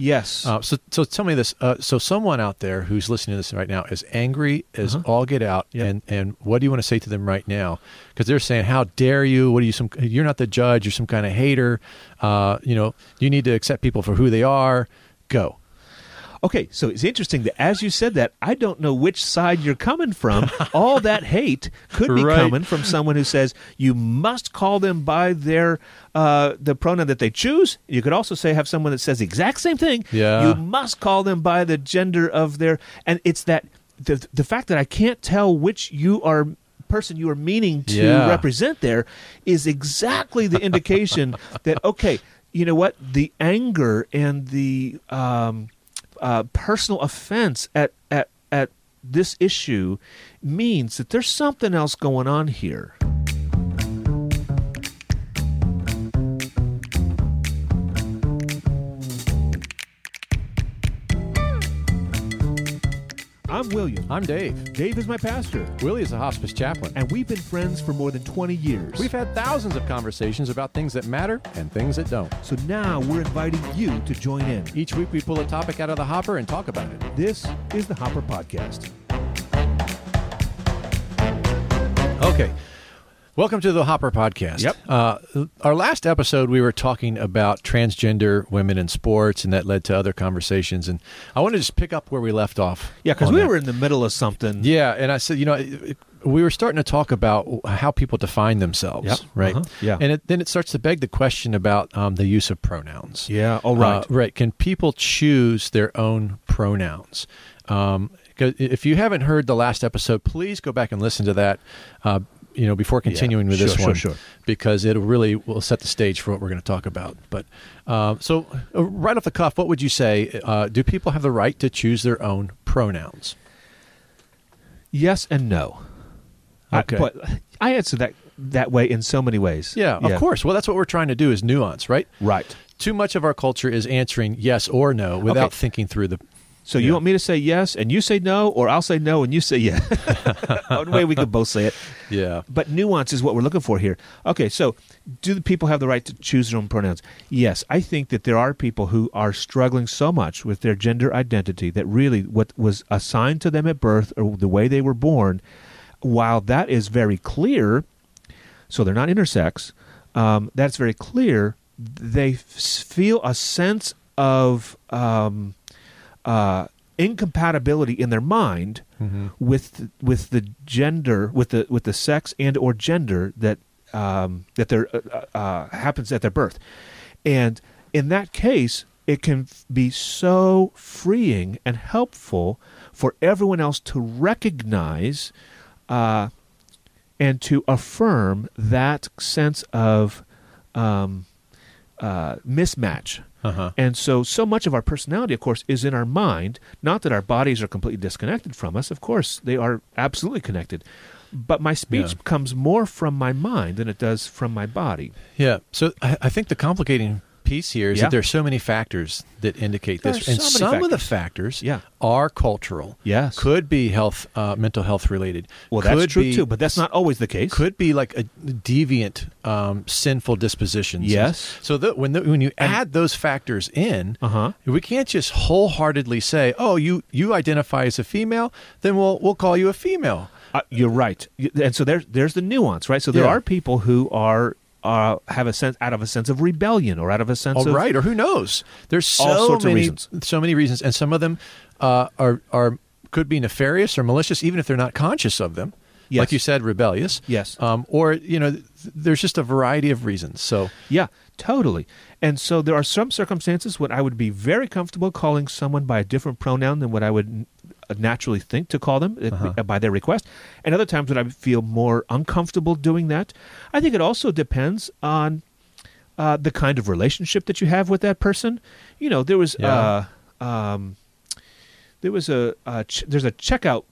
Yes. Uh, so, so tell me this. Uh, so, someone out there who's listening to this right now is angry as all get out, Yep. and and what do you want to say to them right now? Because they're saying, "How dare you? What are you? Some you're not the judge. You're some kind of hater. Uh, you know, you need to accept people for who they are." Go. Okay, so it's interesting that as you said that, I don't know which side you're coming from. All that hate could be Right. coming from someone who says you must call them by their uh, the pronoun that they choose. You could also say have someone that says the exact same thing. Yeah. you must call them by the gender of their and it's that the the fact that I can't tell which you are person you are meaning to Yeah. represent there is exactly the indication that okay you know what the anger and the um, uh, personal offense at at at this issue means that there's something else going on here i'm william I'm Dave. dave is my pastor Willie is a hospice chaplain. and we've been friends for more than 20 years We've had thousands of conversations about things that matter and things that don't. So now we're inviting you to join in. Each week, we pull a topic out of the hopper and talk about it. This is the Hopper Podcast. Okay. Welcome to the Hopper Podcast. Yep. Uh, our last episode, we were talking about transgender women in sports, and that led to other conversations. And I want to just pick up where we left off. Yeah, because on we that. were in the middle of something. Yeah, and I said, you know, it- it- we were starting to talk about how people define themselves, Yep. right? Uh-huh. Yeah. And it, then it starts to beg the question about um, the use of pronouns. Yeah, all right. Uh, right. Can people choose their own pronouns? Um, 'cause if you haven't heard the last episode, please go back and listen to that. Uh, you know, before continuing with this sure, sure, one, sure. because it really will set the stage for what we're going to talk about. But uh, so, uh, right off the cuff, what would you say? Uh, do people have the right to choose their own pronouns? Yes and no. Okay. I, but I answer that that way in so many ways. Yeah, of course. Well, that's what we're trying to do is nuance, right? Right. Too much of our culture is answering yes or no without Okay. thinking through the. So you Yeah. want me to say yes and you say no, or I'll say no and you say yes. One way we could both say it. Yeah. But nuance is what we're looking for here. Okay, so do the people have the right to choose their own pronouns? Yes, I think that there are people who are struggling so much with their gender identity that really what was assigned to them at birth or the way they were born, while that is very clear, so they're not intersex, um, that's very clear, they f- feel a sense of. Um, uh, incompatibility in their mind with with the gender with the with the sex and or gender that um, that their uh, uh, happens at their birth, and in that case, it can f- be so freeing and helpful for everyone else to recognize uh, and to affirm that sense of um, uh, mismatch. Uh-huh. And so, so much of our personality, of course, is in our mind. Not that our bodies are completely disconnected from us. Of course, they are absolutely connected. But my speech Yeah. comes more from my mind than it does from my body. Yeah. So I, I think the complicating piece here is Yeah. that there are so many factors that indicate There this, are and so some many of the factors Yeah. are cultural. Yes. Could be health, uh, mental health related. Well, that's Could true be- too, but that's not always the case. could be like a deviant, um, sinful dispositions. Yes. So that when the, when you add those factors in, Uh-huh. we can't just wholeheartedly say, "Oh, you you identify as a female, then we'll we'll call you a female." Uh, you're right, You- and so there's there's the nuance, right? So there Yeah. are people who are uh, have a sense out of a sense of rebellion or out of a sense All right, of or who knows? There's so All sorts of many reasons. so many reasons, and some of them uh, are are could be nefarious or malicious, even if they're not conscious of them. Yes. Like you said, rebellious. Yes. Um, or you know, th- there's just a variety of reasons. So Yeah, totally. And so there are some circumstances when I would be very comfortable calling someone by a different pronoun than what I would n- uh, naturally think to call them uh, by their request, and other times when I feel more uncomfortable doing that. I think it also depends on uh, the kind of relationship that you have with that person. You know, there was Yeah. uh, um, there was a, a ch- there's a checkout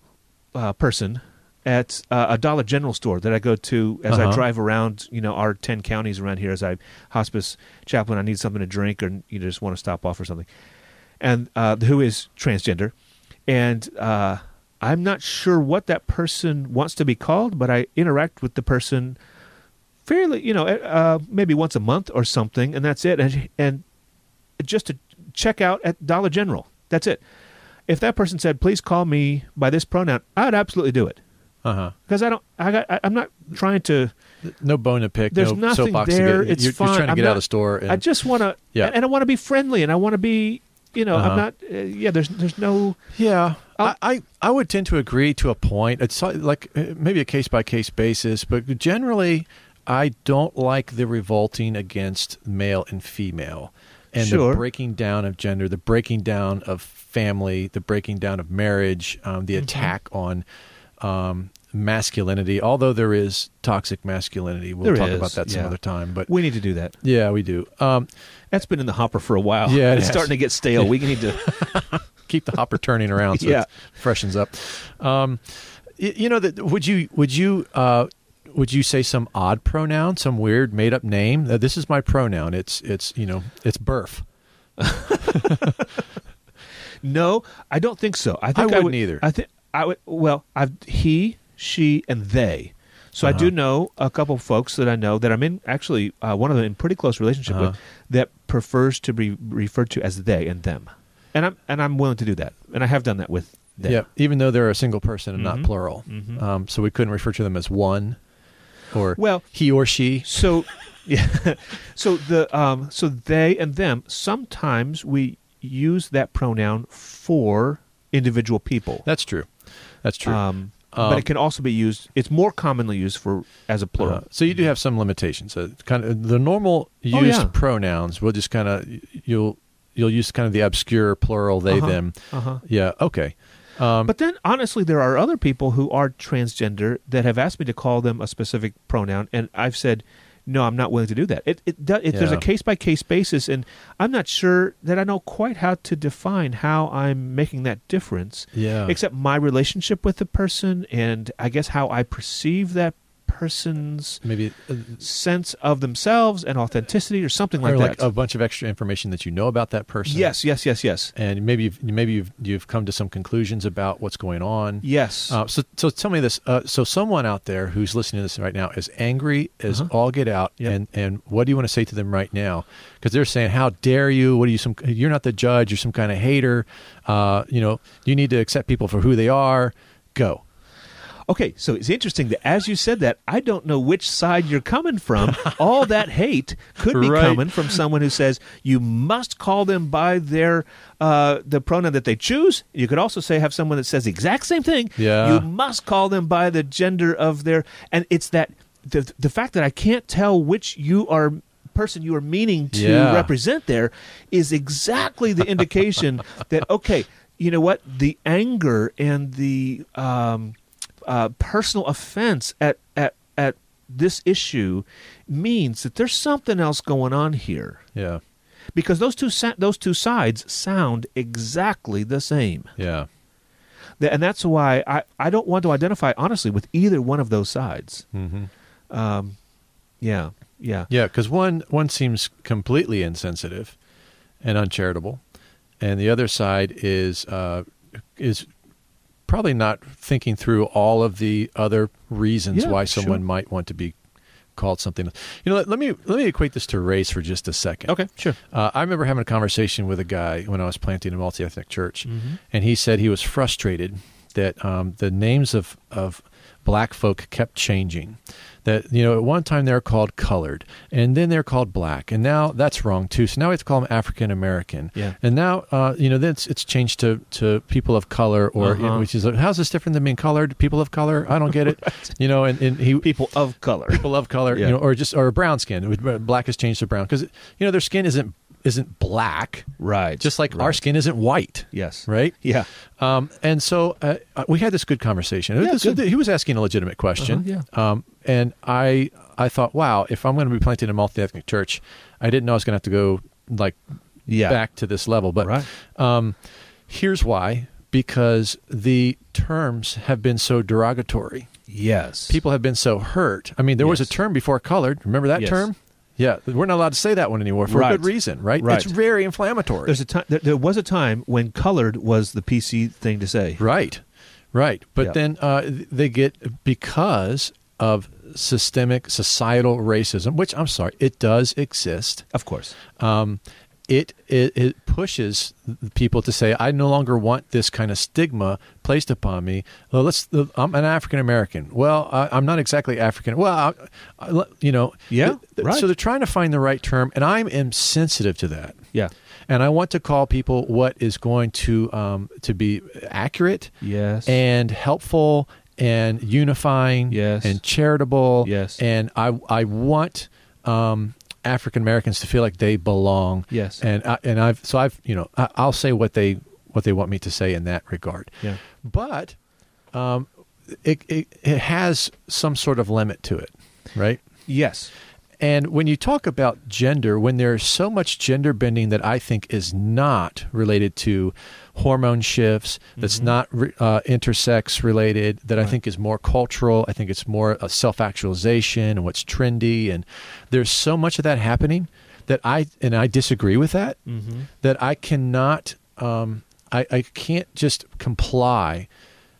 uh, person at uh, a Dollar General store that I go to as I Uh-huh. drive around. You know, our ten counties around here as I hospice chaplain. I need something to drink, or you just want to stop off or something. And uh, who is transgender, and uh, I'm not sure what that person wants to be called, but I interact with the person e, fairly, you know, uh, maybe once a month or something, and that's it. And and just to check out at Dollar General. That's it. If that person said, "Please call me by this pronoun," I'd absolutely do it Uh huh. because I don't. I got. I, I'm not trying to. No bone to pick. There's no nothing soapbox there. To get. It's you're, fine. you're trying to I'm get out not- of the store. And, I just want to. Yeah. And, and I want to be friendly, and I want to be. You know, Uh-huh. I'm not. Uh, yeah. There's. There's no. Yeah, I'll- I, I I would tend to agree to a point. It's so- like uh, maybe a case by case basis, but generally, I don't like the revolting against male and female, and Sure. the breaking down of gender, the breaking down of family, the breaking down of marriage, um, Mm-hmm. the attack on. Um, masculinity although there is toxic masculinity we'll There talk is, about that some yeah. other time but We need to do that. yeah we do um That's been in the hopper for a while. Yeah, it it's has. starting to get stale. We need to. keep the hopper turning around so Yeah. it freshens up. Um, y- you know that would you would you uh, would you say some odd pronoun, some weird made up name? Uh, this is my pronoun. It's it's you know it's birth. No, I don't think so. I think wouldn't would, either. I think I would. Well, I've he, she, and they. So I Uh-huh. do know a couple folks that I know that I'm in actually uh, one of them in pretty close relationship with Uh-huh. that prefers to be referred to as they and them, and I'm and I'm willing to do that, and I have done that with them. Yeah, even though they're a single person and Mhm. not plural, Mhm. um, so we couldn't refer to them as one or Well- he or she. So, yeah. So the um so they and them sometimes we use that pronoun for individual people. That's true. That's true. Um, Um, but it can also be used. It's more commonly used for as a plural. Uh, so you do have some limitations. Uh, kind of the normal used Oh, yeah. pronouns. We'll just kind of you'll you'll use kind of the obscure plural they Uh-huh. them. Uh-huh. Yeah. Okay. Um, But then, honestly, there are other people who are transgender that have asked me to call them a specific pronoun, and I've said, no, I'm not willing to do that. It, it, do, it There's a Yeah. case by case basis, and I'm not sure that I know quite how to define how I'm making that difference, yeah. except my relationship with the person, and I guess how I perceive that person's Maybe uh, sense of themselves and authenticity, or something like or like that. a bunch of extra information that you know about that person. yes, yes, yes, yes, And maybe you've, maybe you've you've come to some conclusions about what's going on. yes. Uh, so, so tell me this. Uh, so, someone out there who's listening to this right now is angry as Uh-huh. all get out, Yep. and and what do you want to say to them right now? Because they're saying, "How dare you? What are you? Some you're not the judge. You're some kind of hater. Uh, you know, you need to accept people for who they are. Go. Okay, so it's interesting that as you said that, I don't know which side you're coming from. All that hate could be Right. coming from someone who says you must call them by their uh, the pronoun that they choose. You could also say have someone that says the exact same thing. Yeah. you must call them by the gender of their and it's that the the fact that I can't tell which you are person you are meaning to Yeah. represent there is exactly the indication that okay you know what the anger and the um, uh, personal offense at at at this issue means that there's something else going on here Yeah, because those two sa- those two sides sound exactly the same yeah, Th- and that's why I, I don't want to identify honestly with either one of those sides mm-hmm. um, yeah yeah yeah. Because one one seems completely insensitive and uncharitable, and the other side is uh, is probably not thinking through all of the other reasons Yeah, why someone sure. might want to be called something. You know, let, let me let me equate this to race for just a second. okay sure Uh, I remember having a conversation with a guy when I was planting a multi ethnic church, Mhm. and he said he was frustrated that um, the names of, of black folk kept changing. That, you know, at one time they're called colored, and then they're called black, and now that's wrong too. So now we have to call them African American. Yeah. And now, uh, you know, then it's, it's changed to, to people of color, or, you know, Uh-huh. which is, like, how's this different than being colored? People of color? I don't get it. You know, and, and he, people of color people of color, Yeah. you know, or just or brown skin. Would- uh, Black has changed to brown because you know their skin isn't isn't black, right just like our Right. skin isn't white, yes right? yeah Um, and so uh, uh, we had this good conversation. Yeah, This- good. He was asking a legitimate question, Uh-huh, um, and I I thought, wow, if I'm going to be planting a multi ethnic church, I didn't know I was going to have to go like yeah back to this level, but Right. um, here's why: because the terms have been so derogatory yes people have been so hurt. I mean, there was a Yes. term before colored. Remember that Yes. term? Yeah, we're not allowed to say that one anymore for Right. a good reason, right? Right. It's very inflammatory. There's a time. There, there was a time when colored was the PC thing to say. right, right. But Yeah. then uh, they get because of systemic societal racism, which I'm sorry, it does exist. Of course. Um, it, it it pushes people to say, I no longer want this kind of stigma placed upon me. Well, let's. I'm an African American. Well, I, I'm not exactly African. Well, I, I, you know. Yeah, right. So they're trying to find the right term, and I'm insensitive to that. Yeah. And I want to call people what is going to um, to be accurate Yes. and helpful and unifying Yes. and charitable Yes. and I I want um, African Americans to feel like they belong Yes. and I, and I've so I've you know I, I'll say what they what they want me to say in that regard yeah. but um, it, it it has some sort of limit to it right Yes. and when you talk about gender, when there's so much gender bending that I think is not related to hormone shifts, that's not re- uh, intersex related, that I think is more cultural, I think it's more uh, self actualization and what's trendy. And there's so much of that happening that I, and I disagree with that, Mm-hmm. that I cannot, um, I, I can't just comply.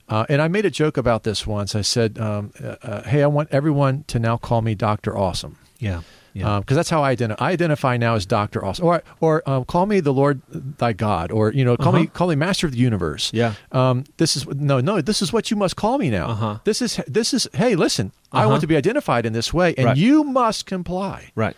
Uh, and I made a joke about this once. I said, um, uh, uh, "Hey, I want everyone to now call me Doctor Awesome." Yeah. Yeah. because Um, that's how I identify. I identify now as Doctor Awesome, or or um, call me the Lord thy God, or you know, call me Uh-huh. call me Master of the Universe. yeah. Um, this is no, no. This is what you must call me now. Uh-huh. This is this is. Hey, listen, I Uh-huh. want to be identified in this way, and Right. you must comply. Right.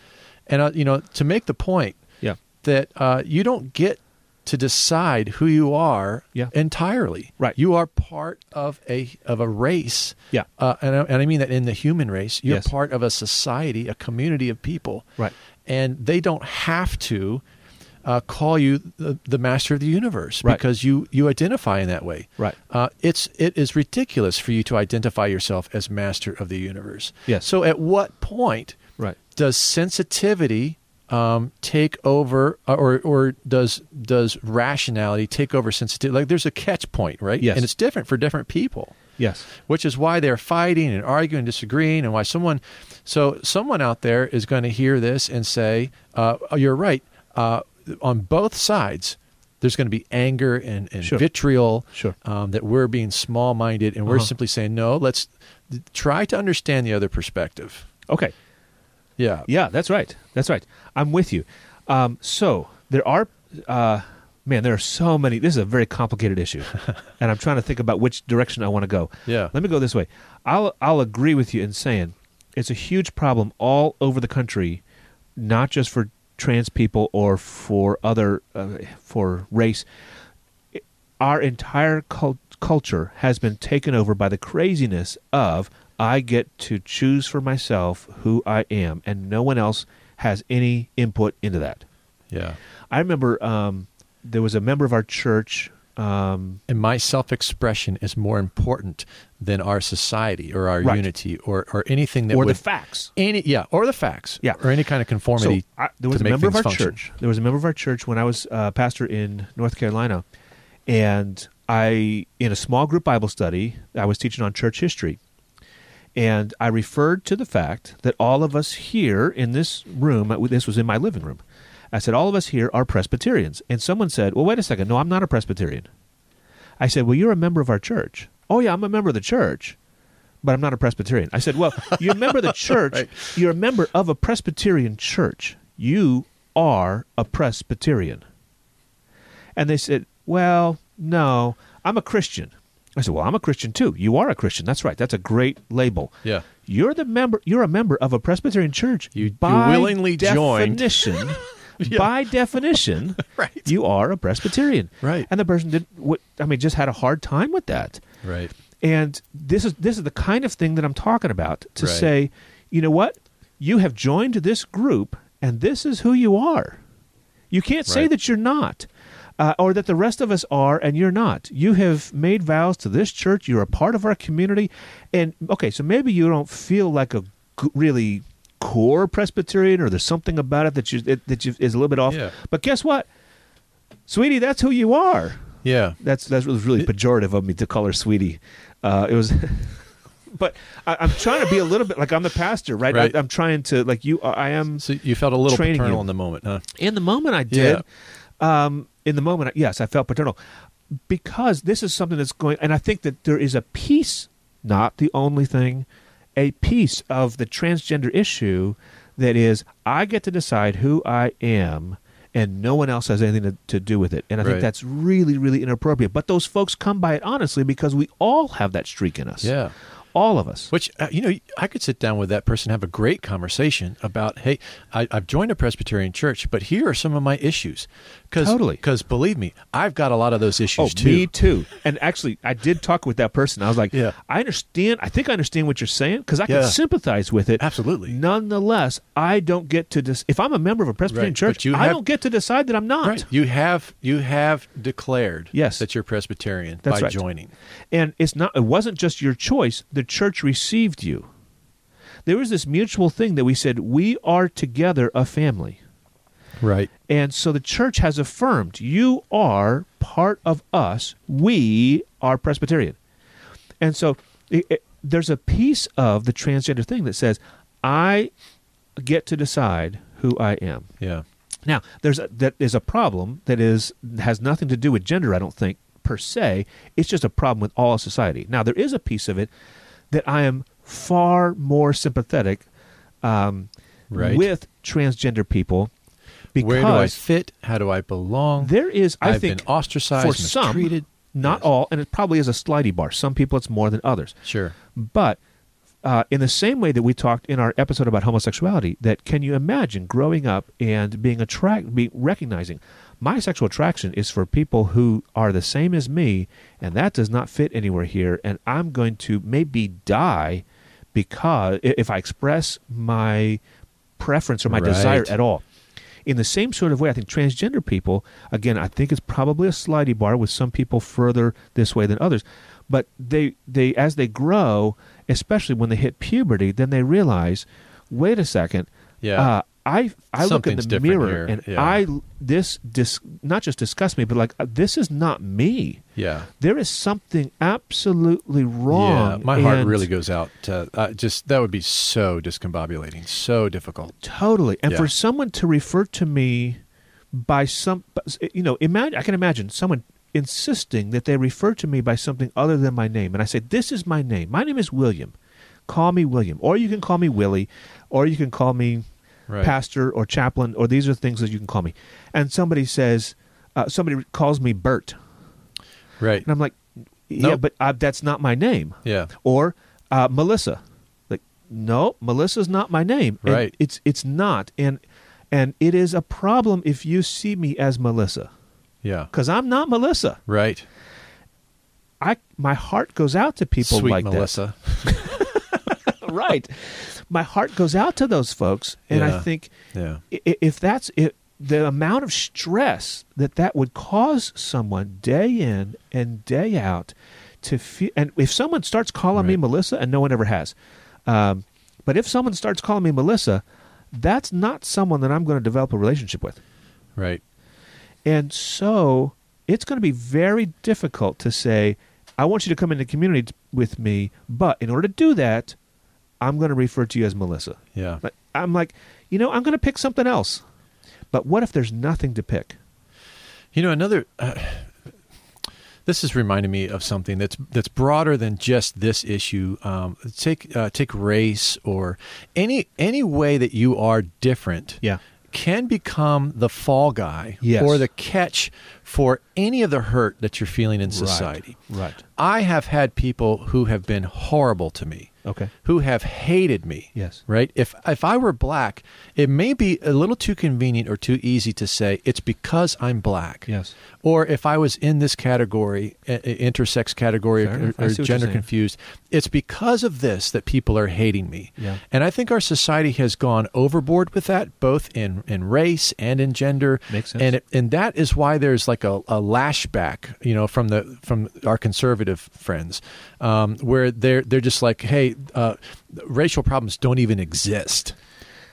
And uh, you know, to make the point Yeah. that uh, you don't get to decide who you are Yeah. entirely. Right. You are part of a of a race. Yeah. Uh, and, I, and I mean that in the human race, you're Yes. part of a society, a community of people. Right. And they don't have to uh, call you the, the master of the universe Right. because you you identify in that way. Right. Uh, it's it is ridiculous for you to identify yourself as master of the universe. Yes. So at what point Right. does sensitivity um, take over, uh, or or does does rationality take over sensitivity? Like there's a catch point, right? Yes. And it's different for different people, Yes. which is why they're fighting and arguing, and disagreeing, and why someone. So someone out there is going to hear this and say, uh, oh, "You're right." Uh, on both sides, there's going to be anger and, and Sure. vitriol Sure. um, that we're being small-minded, and we're Uh-huh. simply saying, "No, let's th- try to understand the other perspective." Okay. Yeah. Yeah, that's right. That's right. I'm with you. Um, so there are, uh, man, there are so many. This is a very complicated issue, and I'm trying to think about which direction I want to go. Yeah. Let me go this way. I'll I'll agree with you in saying it's a huge problem all over the country, not just for trans people or for other uh, for race. It- Our entire cul- culture has been taken over by the craziness of I get to choose for myself who I am, and no one else has any input into that. Yeah. I remember um, there was a member of our church. Um, And my self expression is more important than our society or our Right. unity or, or anything that or the would facts any yeah, or the facts. Yeah. Or any kind of conformity. So I, there was to a make member of things our function. church. There was a member of our church when I was uh, pastor in North Carolina, and I in a small group Bible study I was teaching on church history, and I referred to the fact that all of us here in this room, uh, this was in my living room, I said all of us here are Presbyterians, and someone said, "Well, wait a second, no, I'm not a Presbyterian." I said, "Well, you're a member of our church." "Oh yeah, I'm a member of the church." But I'm not a Presbyterian. I said, "Well, you're a member of the church. Right. You're a member of a Presbyterian church. You are a Presbyterian." And they said, "Well, no, I'm a Christian." I said, "Well, I'm a Christian too. You are a Christian. That's right. That's a great label. Yeah. You're the member. You're a member of a Presbyterian church. You- you by willingly joined. definition, by definition, Right. You are a Presbyterian, Right. And the person did. What I mean, just had a hard time with that. Right. And this is this is the kind of thing that I'm talking about to Right. say, you know what? You have joined this group and this is who you are. You can't say Right. that you're not. Uh, or that the rest of us are and you're not. You have made vows to this church. You're a part of our community. And okay, so maybe you don't feel like a g- really core Presbyterian or there's something about it that you that, that you, is a little bit off. Yeah. But guess what? Sweetie, that's who you are. Yeah. That's that was really pejorative of me to call her sweetie. Uh, it was, but I, I'm trying to be a little bit like I'm the pastor, right? Right. I, am trying to like you. I am So you felt a little Training paternal you. in the moment, huh? in the moment. I did. Um, in the moment, I- yes, I felt paternal because this is something that's going. And I think that there is a piece, not the only thing, a piece of the transgender issue that is I get to decide who I am, and no one else has anything to, to do with it. And I Right. think that's really, really inappropriate. But those folks come by it honestly because we all have that streak in us. Yeah. All of us. Which uh, you know, I could sit down with that person, have a great conversation about, hey, I, I've joined a Presbyterian church, but here are some of my issues. Cause, Totally. Because believe me, I've got a lot of those issues Oh, too. me too. And actually, I did talk with that person. I was like, Yeah. I understand. I think I understand what you're saying because I Yeah. can sympathize with it. Absolutely. Nonetheless, I don't get to dis- if I'm a member of a Presbyterian Right, but church, you I have- don't get to decide that I'm not. Right. You have you have declared Yes. that you're Presbyterian That's by right. joining. And it's not it wasn't just your choice, the church received you. There was this mutual thing that we said, we are together a family. Right. And so the church has affirmed, you are part of us. We are Presbyterian. And so it, it- there's a piece of the transgender thing that says, I get to decide who I am. Yeah. Now, there's a, that is a problem that is has nothing to do with gender, I don't think per se. It's just a problem with all of society. Now, there is a piece of it that I am far more sympathetic um, Right. with transgender people because Where do I fit? How do I belong? there is, I I've think, been ostracized, for some, mistreated. not Yes. all, and it probably is a slidey bar. Some people it's more than others. Sure. But uh, in the same way that we talked in our episode about homosexuality, that can you imagine growing up and being attract, be recognizing my sexual attraction is for people who are the same as me, and that does not fit anywhere here, and I'm going to maybe die because i- if I express my preference or my Right. desire at all. In the same sort of way, I think transgender people, again, I think it's probably a slidey bar with some people further this way than others, but they, they as they grow, especially when they hit puberty, then they realize, wait a second, Yeah. uh, I I look in Something's the different mirror here. and Yeah. I this dis, not just disgusts me, but like uh, this is not me. Yeah. There is something absolutely wrong. Yeah, my heart and- really goes out. To, uh, just that would be so discombobulating, so difficult. Totally. And Yeah. for someone to refer to me by some, you know, imagine I can imagine someone insisting that they refer to me by something other than my name, and I say, "This is my name. My name is William. Call me William, or you can call me Willie, or you can call me Right. pastor or chaplain, or these are things that you can call me." And somebody says, uh, somebody calls me Bert, Right. and I'm like, "Yeah, Nope. but uh that's not my name." Yeah. or uh, Melissa. Like, no, Melissa's not my name. And Right. it's it's not, and and it is a problem if you see me as Melissa, Yeah. because I'm not Melissa. Right. I my heart goes out to people Sweet like Melissa. that. right. My heart goes out to those folks, and Yeah. I think Yeah. i- i- if that's it. The amount of stress that that would cause someone day in and day out to feel, and if someone starts calling me Right. Melissa, and no one ever has, um, but if someone starts calling me Melissa, that's not someone that I'm going to develop a relationship with. Right. And so it's going to be very difficult to say, I want you to come into community t- with me, but in order to do that, I'm going to refer to you as Melissa. Yeah. But I'm like, you know, I'm going to pick something else. But what if there's nothing to pick? You know, another. Uh, this is reminding me of something that's that's broader than just this issue. Um, take uh, take race or any any way that you are different. Yeah. Can become the fall guy Yes. or the catch for any of the hurt that you're feeling in society. Right. I have had people who have been horrible to me, Okay. who have hated me. Yes. Right? If if I were black, it may be a little too convenient or too easy to say it's because I'm black. Yes. Or if I was in this category, i- i- intersex category Fair or, enough. I or see what you're gender saying. confused, it's because of this that people are hating me. Yeah. And I think our society has gone overboard with that, both in, in race and in gender. Makes sense. And it, and that is why there's like a, a lashback, you know, from the from our conservative friends, um, where they're they're just like, hey, uh, racial problems don't even exist.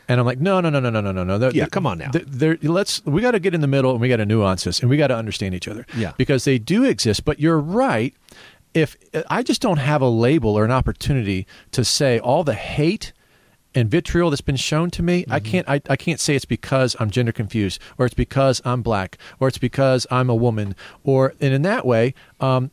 And I'm like, no, no, no, no, no, no, no, no. That- Yeah, come on now. th- there- let's we got to get in the middle and we got to nuance this and we got to understand each other. Yeah. because they do exist. But you're right. If I just don't have a label or an opportunity to say all the hate and vitriol that's been shown to me, I can't. I, I can't say it's because I'm gender confused, or it's because I'm black, or it's because I'm a woman, or and in that way, um,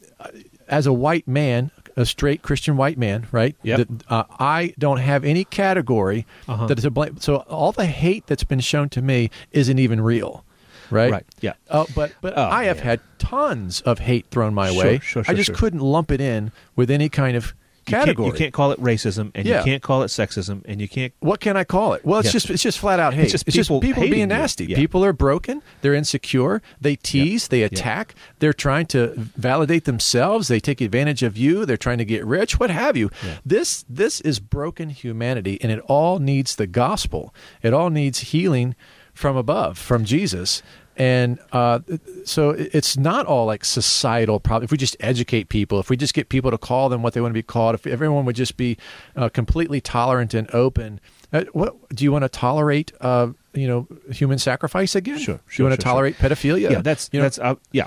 as a white man, a straight Christian white man, right? Yep. that, uh, I don't have any category Uh-huh. that is a blame. So all the hate that's been shown to me isn't even real. right? Right. Yeah. Oh, but but Oh, I have man. had tons of hate thrown my Sure, way. sure, I sure, just sure. couldn't lump it in with any kind of You can't, category. you can't call it racism, and Yeah. you can't call it sexism, and you can't. what can I call it? Well, it's Yeah. just it's just flat out hate. It's just just people people, hating you. being nasty. Yeah. People are broken. They're insecure. They tease. They attack. They're trying to validate themselves. They take advantage of you. They're trying to get rich. What have you? This this is broken humanity, and it all needs the gospel. It all needs healing from above, from Jesus. And uh, so it- it's not all like societal problems. If we just educate people, if we just get people to call them what they want to be called, if everyone would just be uh, completely tolerant and open, uh, what do you want to tolerate? Uh, you know, human sacrifice again. Sure, do you sure, want sure, to tolerate pedophilia? Yeah, that's you know, that's uh, yeah.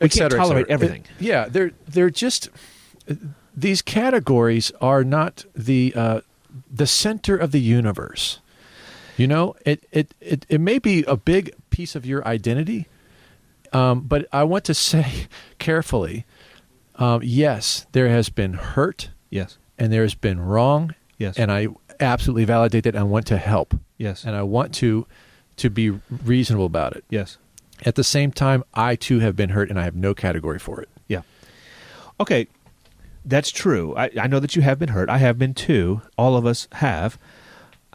We et can't cetera, et tolerate cetera. everything. It- yeah, they're they're just uh, these categories are not the uh, the center of the universe. You know, it it it, it may be a big piece of your identity, um, but I want to say carefully. Um, yes, there has been hurt Yes. and there has been wrong. Yes. and I absolutely validate that. I want to help, Yes. and I want to to be reasonable about it. yes. At the same time, I too have been hurt, and I have no category for it. Yeah. Okay, that's true. I, I know that you have been hurt. I have been too. All of us have.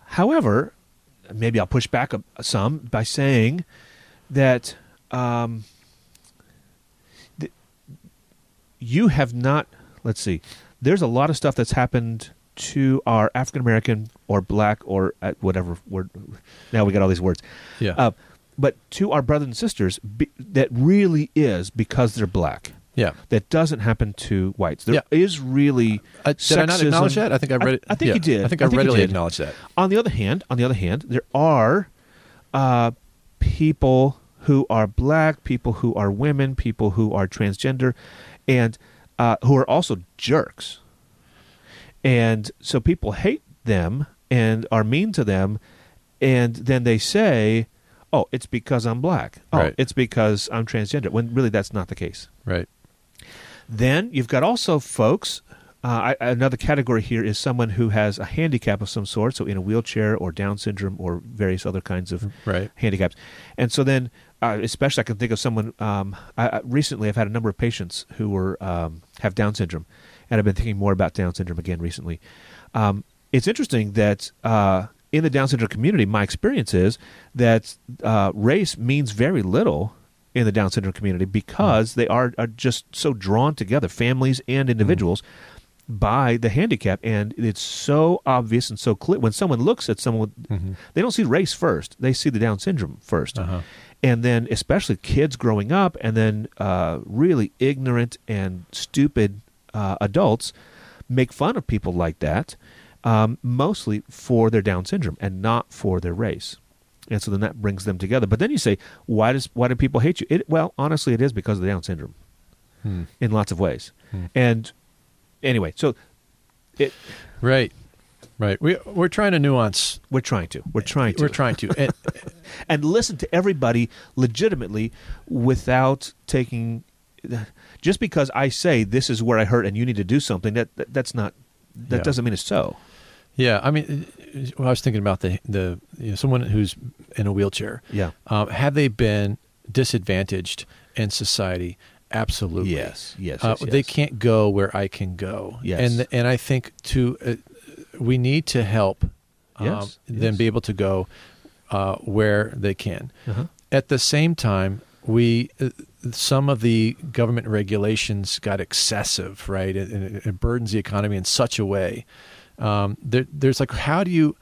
However, maybe I'll push back a, some by saying that um, th- you have not. Let's see. There's a lot of stuff that's happened to our African American or black or uh, whatever word. Now we got all these words. Yeah. Uh, but to our brothers and sisters, be, that really is because they're black Yeah. that doesn't happen to whites. There is Yeah. really Uh, did I not acknowledge sexism- that? I think I read it. I, think yeah. you did. I think I, you readily did. acknowledged that. On the other hand, on the other hand, there are uh, people who are black, people who are women, people who are transgender, and uh, who are also jerks. And so people hate them and are mean to them, and then they say, "Oh, it's because I'm black. Oh, Right. it's because I'm transgender." When really that's not the case. Right. Then you've got also folks. Uh, I, another category here is someone who has a handicap of some sort, so in a wheelchair or Down syndrome or various other kinds of Right. handicaps. And so then, uh, especially, I can think of someone. Um, I, I recently, I've had a number of patients who were um, have Down syndrome, and I've been thinking more about Down syndrome again recently. Um, it's interesting that uh, in the Down syndrome community, my experience is that uh, race means very little in the Down syndrome community because they are, are just so drawn together, families and individuals. By the handicap, and it's so obvious and so clear. When someone looks at someone, with- they don't see race first; they see the Down syndrome 1st Uh-huh. and then especially kids growing up, and then uh, really ignorant and stupid uh, adults make fun of people like that, um, mostly for their Down syndrome and not for their race. And so then that brings them together. But then you say, why does why do people hate you? It, well, honestly, it is because of the Down syndrome Hmm. in lots of ways. Hmm. And anyway, so it, Right. Right. We we're trying to nuance. we're trying to we're trying to We're trying to. And, and listen to everybody legitimately without taking just because I say this is where I hurt and you need to do something that, that that's not that Yeah. doesn't mean it's so. yeah. I mean, when I was thinking about the the you know, someone who's in a wheelchair. Yeah. Um, have they been disadvantaged in society? Absolutely. Yes, yes, Uh, yes, yes. They can't go where I can go. Yes. And and I think to uh, we need to help um, Yes, them yes. be able to go uh, where they can. Uh-huh. At the same time, we uh, some of the government regulations got excessive, right? It, it, it burdens the economy in such a way. Um, there, there's like, how do you,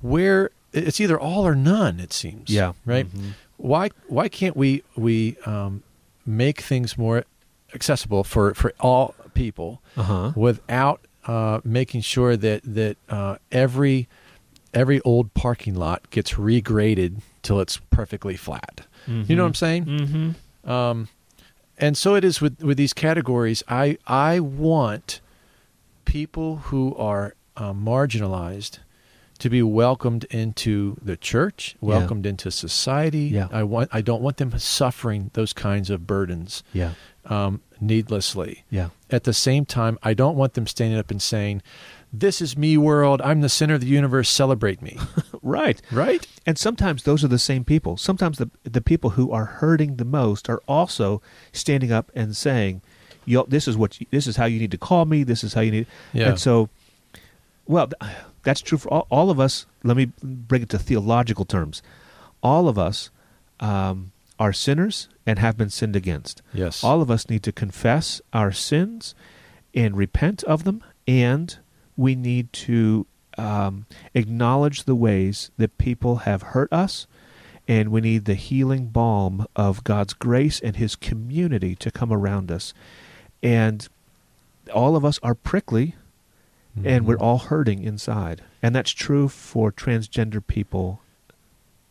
where it's either all or none. It seems, Yeah. right. Mhm. Why why can't we we um, make things more accessible for for all people? Uh-huh. without uh, making sure that that uh, every every old parking lot gets regraded till it's perfectly flat. You know what I'm saying? Mm-hmm. And so it is with with these categories. I I want people who are uh, marginalized to be welcomed into the church, welcomed into society. Yeah. I want I don't want them suffering those kinds of burdens Yeah. um, needlessly Yeah. at the same time, I don't want them standing up and saying, "This is me, world. I'm the center of the universe. Celebrate me." right. Right? And sometimes those are the same people. Sometimes the the people who are hurting the most are also standing up and saying, "Yo, this is what you, this is how you need to call me. This is how you need." Yeah. And so, well, th- that's true for all, all of us. Let me bring it to theological terms. All of us um, are sinners and have been sinned against. Yes. All of us need to confess our sins and repent of them, and we need to um, acknowledge the ways that people have hurt us, and we need the healing balm of God's grace and His community to come around us. And all of us are prickly, and we're all hurting inside, and that's true for transgender people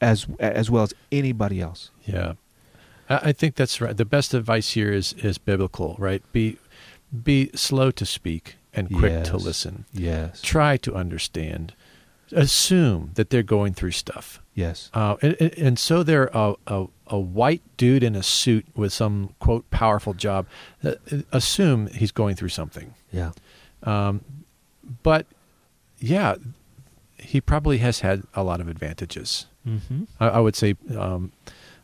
as as well as anybody else. Yeah, I, I think that's right. The best advice here is is biblical, right? Be be slow to speak and quick to Yes. listen. Yes. Try to understand. Assume that they're going through stuff. Yes. Uh, and, and- and so they're a, a, a white dude in a suit with some quote powerful job. Uh, Assume he's going through something. Yeah. But yeah, he probably has had a lot of advantages. Mm-hmm. I, I would say um,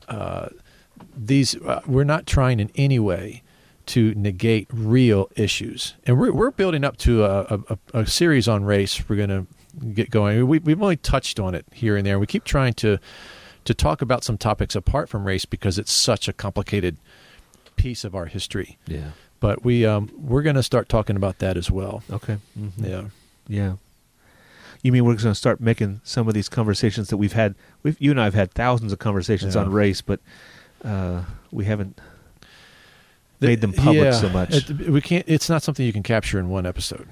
uh, these uh, we're not trying in any way to negate real issues, and we're we're building up to a, a, a- a series on race. We're going to get going. We, we've only touched on it here and there. We keep trying to to talk about some topics apart from race because it's such a complicated piece of our history. Yeah. But we um, we're going to start talking about that as well. Okay. Mm-hmm. Yeah. Yeah. You mean we're going to start making some of these conversations that we've had? We've, you and I have had thousands of conversations Yeah. on race, but uh, we haven't made them public Yeah. so much. It- we can't. It's not something you can capture in one episode.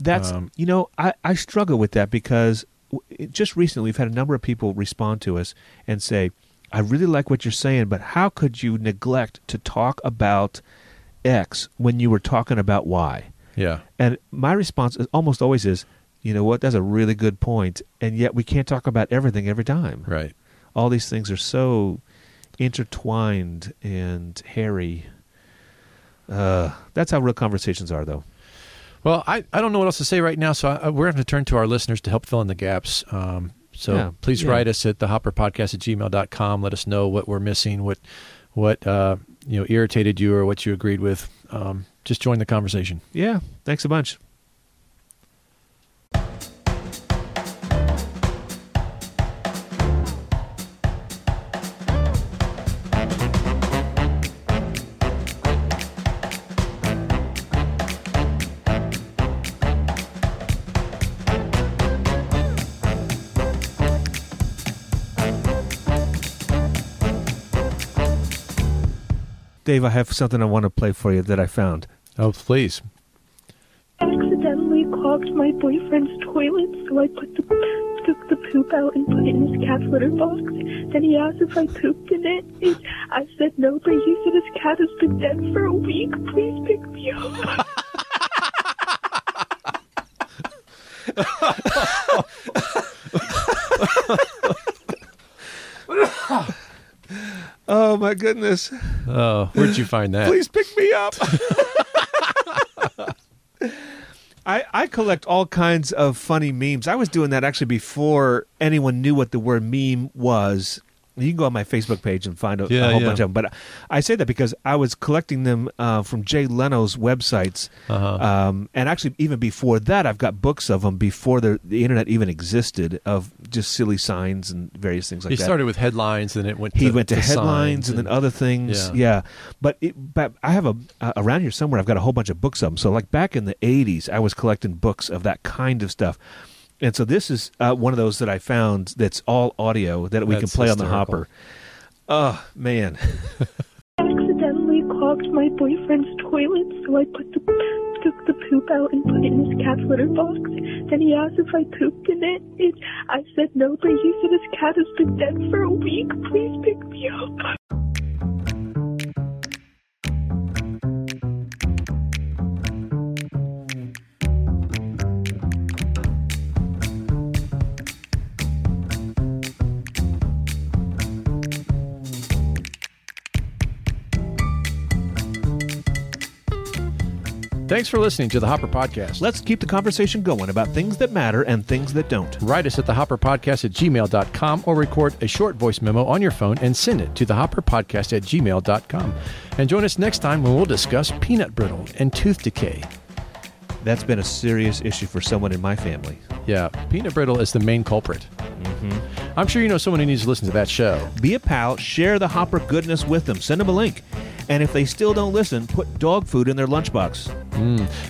That's Um, you know I, I struggle with that because w- it- just recently we've had a number of people respond to us and say, "I really like what you're saying, but how could you neglect to talk about X when you were talking about Y?" Yeah. And my response is almost always is, you know what, that's a really good point, and yet we can't talk about everything every time. Right. All these things are so intertwined and hairy. Uh, that's how real conversations are, though. Well, I, I don't know what else to say right now, so I, I- we're going to turn to our listeners to help fill in the gaps. Um, so Yeah, please yeah. write us at thehopperpodcast at gmail.com. Let us know what we're missing, what what uh, you know irritated you or what you agreed with. Um, just join the conversation. Yeah, thanks a bunch. Dave, I have something I want to play for you that I found. Oh, please. accidentally clogged my boyfriend's toilet, so I put the took the poop out and put it in his cat litter box. Then he asked if I pooped in it. And I said no, but he said his cat has been dead for a week. Please pick me up. Oh my goodness. Oh, where'd you find that? Please pick me up. I, I collect all kinds of funny memes. I was doing that actually before anyone knew what the word meme was. You can go on my Facebook page and find a, a Yeah, whole yeah. bunch of them. But I say that because I was collecting them uh, from Jay Leno's websites. Uh-huh. Um, and actually, even before that, I've got books of them before the, the internet even existed of just silly signs and various things like he that started with headlines, and it went. he to, went to, signs headlines and, then other things. Yeah. Yeah, but it, but I have a uh, around here somewhere. I've got a whole bunch of books of them. So like back in the '80s, I was collecting books of that kind of stuff. And so this is uh, one of those that I found that's all audio that we That's can play on the hysterical. hopper. Oh man, accidentally clogged my boyfriend's toilet, so I put the took the poop out and put it in his cat litter box. Then he asked if I pooped in it. And I said no, but he said his cat has been dead for a week. Please pick me up. Thanks for listening to the Hopper Podcast. Let's keep the conversation going about things that matter and things that don't. Write us at thehopperpodcast at gmail.com or record a short voice memo on your phone and send it to thehopperpodcast at gmail.com. And join us next time when we'll discuss peanut brittle and tooth decay. That's been a serious issue for someone in my family. Yeah, peanut brittle is the main culprit. Mm-hmm. I'm sure you know someone who needs to listen to that show. Be a pal, share the Hopper goodness with them, send them a link. And if they still don't listen, put dog food in their lunchbox.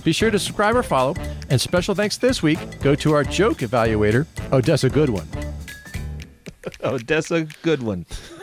Be sure to subscribe or follow. And special thanks this week go to our joke evaluator, Odessa Goodwin. Oh, that's a good one.